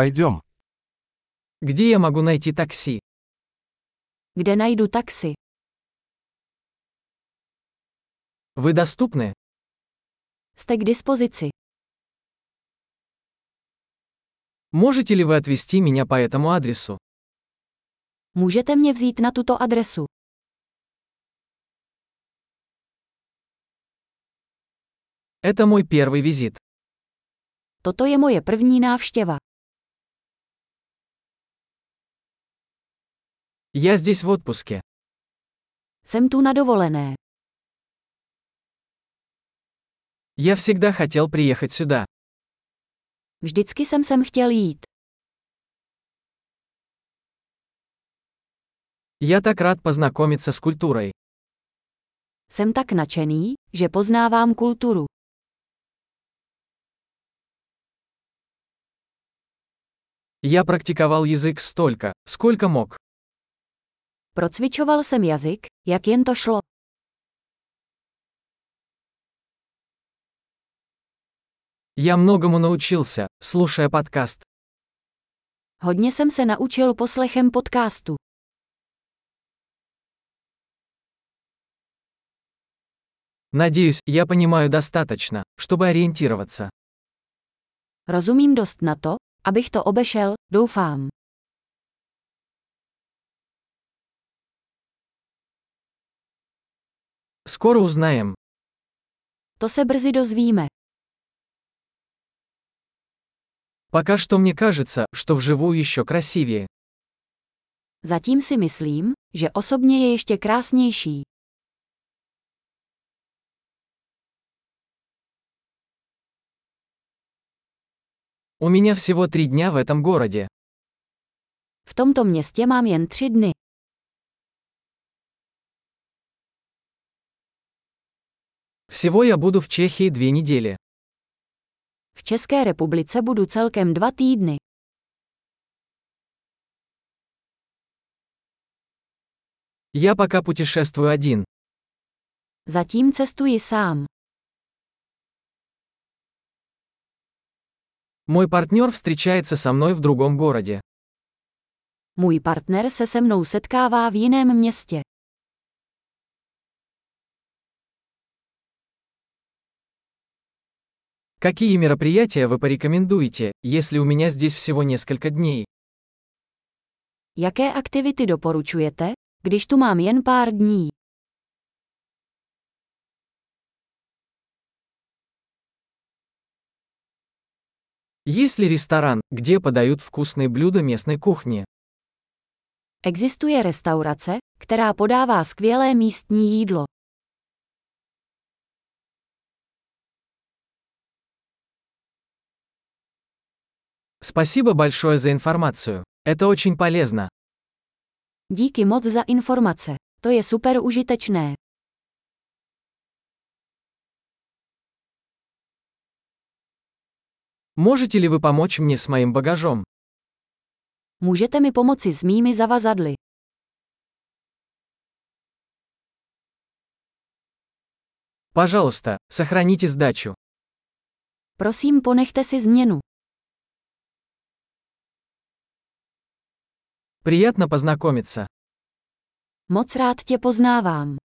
Пойдем. Где я могу найти такси? Kde najdu taxi? Вы доступны? Jste k dispozici. Можете ли вы отвезти меня по этому адресу? Můžete mě vzít na tuto adresu. Это мой первый визит. Toto je moje první návštěva. Я здесь в отпуске. Jsem tu na dovolené. Я всегда хотел приехать сюда. Vždycky jsem sem chtěl jít. Я так рад познакомиться с культурой. Jsem tak nadšený, že poznávám kulturu. Я практиковал язык столько, сколько мог. Procvičoval jsem jazyk, jak jen to šlo. Я многому научился, слушая подкаст. Hodně jsem se naučil poslechem podcastu. Надеюсь, я понимаю достаточно, чтобы ориентироваться. Rozumím dost na to, abych to obešel, doufám. Скоро узнаем. To se brzy dozvíme. Пока что мне кажется, что вживую еще красивее. Zatím si myslím, že osobně je ještě krásnější. У меня всего три дня в этом городе. V tomto městě mám jen tři dny. Всего я буду в Чехии две недели. V České republice budu celkem dva týdny. Я пока путешествую один. Zatím cestuji sám. Мой партнер встречается со мной в другом городе. Můj partner se se mnou setkává v jiném městě. Какие мероприятия вы порекомендуете, если у меня здесь всего несколько дней? Jaké aktivity doporučujete, když tu mám jen pár dní? Есть ли ресторан, где подают вкусные блюда местной кухни? Existuje restaurace, která podává skvělé místní jídlo. Спасибо большое за информацию. Это очень полезно. Díky moc za informace. To je super užitečné. Можете ли вы помочь мне с моим багажом? Můžete mi pomoci s mými zavazadly. Пожалуйста, сохраните сдачу. Prosím, ponechte si změnu. Приятно познакомиться. Moc rád tě poznávám.